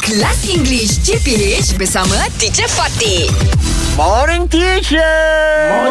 Kelas English CPH bersama Teacher Fatih. Morning teacher.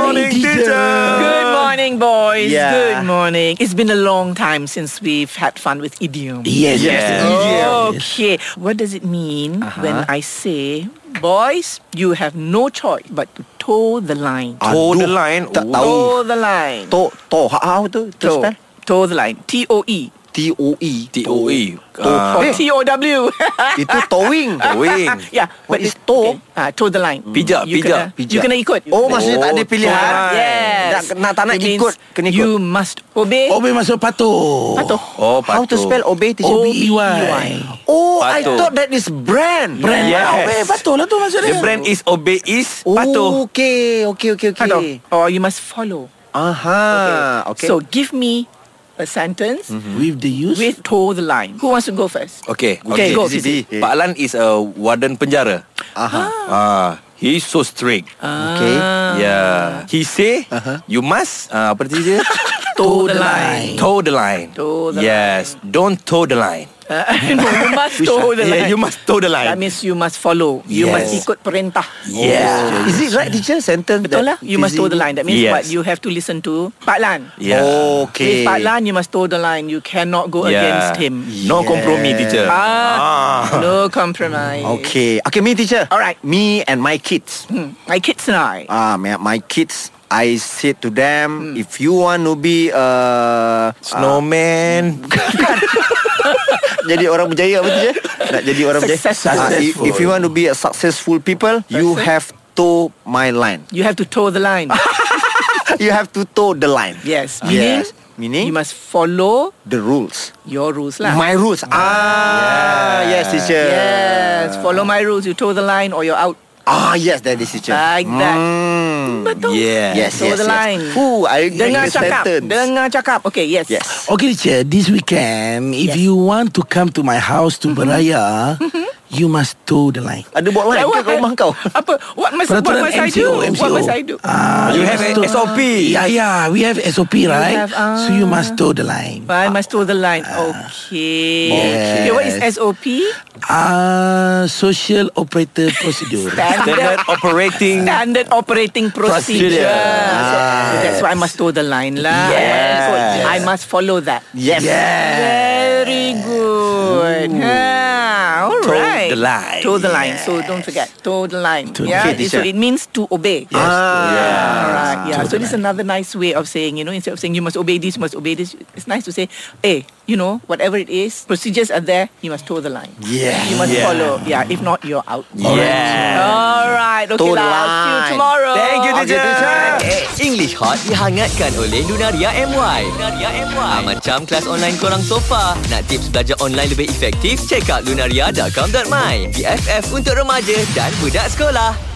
Morning, teacher. Good morning, boys. Yeah. Good morning. It's been a long time since we've had fun with idiom. Yes. Oh. Uh-huh. Yes. Okay. What does it mean when I say, boys, you have no choice but to toe the line? Toe the Aduh, line. tak tahu. Toe the line. Oh. To to how, how tu? To Toe. spell? Toe the line. T O E. T O E. T TOE. To. Or Eh, T O W. itu towing. Wing. Yeah. What but is it's- toe? okay. Ah, toe the line. Pijak, You pijak, kena- You kena ikut. Oh, maksudnya tak Oh, ada pilihan. toe line. Yes. Nak nak tak nak It means ikut, kena ikut. You must obey. Obey masuk patuh. Patuh. Oh, How to spell obey teacher? O-B-E-Y. Oh, I Patuh. thought that is brand. Brand Yes. yes. Obey patuh lah tu maksud The dia. brand is obey is Oh, patuh. Okay, okay, okay, okay. Patuh. Or you must follow. Aha. Okay. Mm. Mhm. So give me a sentence With the use. with toe the line. Who wants to go first? Okay, Okay, go, Fizi. Pak Lan is a warden penjara. aha. Ah, he is so strict. Ah. Okay. Uh, Yeah. He say Uh-huh. you must uh, apa tadi dia? Toe the line. toe the line. Toe the yes. line. Don't toe the line. no, you must toe the yeah, line. you must toe the That line. means you must follow. You must Yes. ikut perintah. yeah. Is it right teacher sentence? Betul lah. that You must Fizi- toe the line. That means Yes. what? You have to listen to Pak Lan. Yeah. Okay. If Pak Lan, you must toe the line. You cannot go Oh, against him. No compromi teacher. Ah, No compromise. Okay. Okay, me teacher. All right. Me and my kids. Hmm. My kids and I. Ah, my, my kids. I said to them, Hmm. if you want to be uh, Snowman. jadi orang berjaya apa tu je? Nak jadi orang berjaya. Successful. Ah, if, if you want to be a successful people, you Success. have to my line. You have to toe the line. You have to toe the line. yes. Ah, Meaning, yes. Meaning you must follow the rules. your rules lah. My rules. Ah, yes, teacher. Yes, follow my rules. You toe the line or you're out. Ah, yes, that is teacher. Like that. Mm. Betul. Yeah. Yes, Toe yes, the yes. line. Ooh, I agree Dengar with the cakap. sentence. Dengar cakap. Okay, yes. Yes. Okay teacher, this weekend if Yes. you want to come to my house to beraya, you must toe the line. Ada buat line ke Like what? rumah kau? Apa? What must, what Peraturan must I MCO, do? What MCO. must I do? Ah, You have must a toe- SOP. Yeah, yeah, we have SOP, right? have, ah. So you must toe the line. I must toe the line. Okay. Yes. Okay, what is SOP? Ah, social operator procedure. Standard operating. Standard operating procedure. Procedure. So, Ah. so that's why I must toe the line lah. Yes. I must follow that. Yes. Very good. Ha, all right. the line. Toe the line. So don't forget. Toe the line. yeah. Okay, so teacher. it means to obey. Yes. Ah. All right. Yeah. So this is another nice way of saying, you know, instead of saying you must obey this, you must obey this, it's nice to say, hey, you know, whatever it is, procedures are there. You must toe the line. Yeah. You must Yeah. follow. Yeah. If not, you're out. Yeah. All right. Okay. Toe the lah. I'll see you line. tomorrow. Thank you, Okay, teacher. English Hot dihangatkan oleh Lunaria MY. Lunaria MY. Ha, macam kelas online korang sofa. Nak tips belajar online lebih efektif? Check out lunaria.com.my. BFF untuk remaja dan budak sekolah.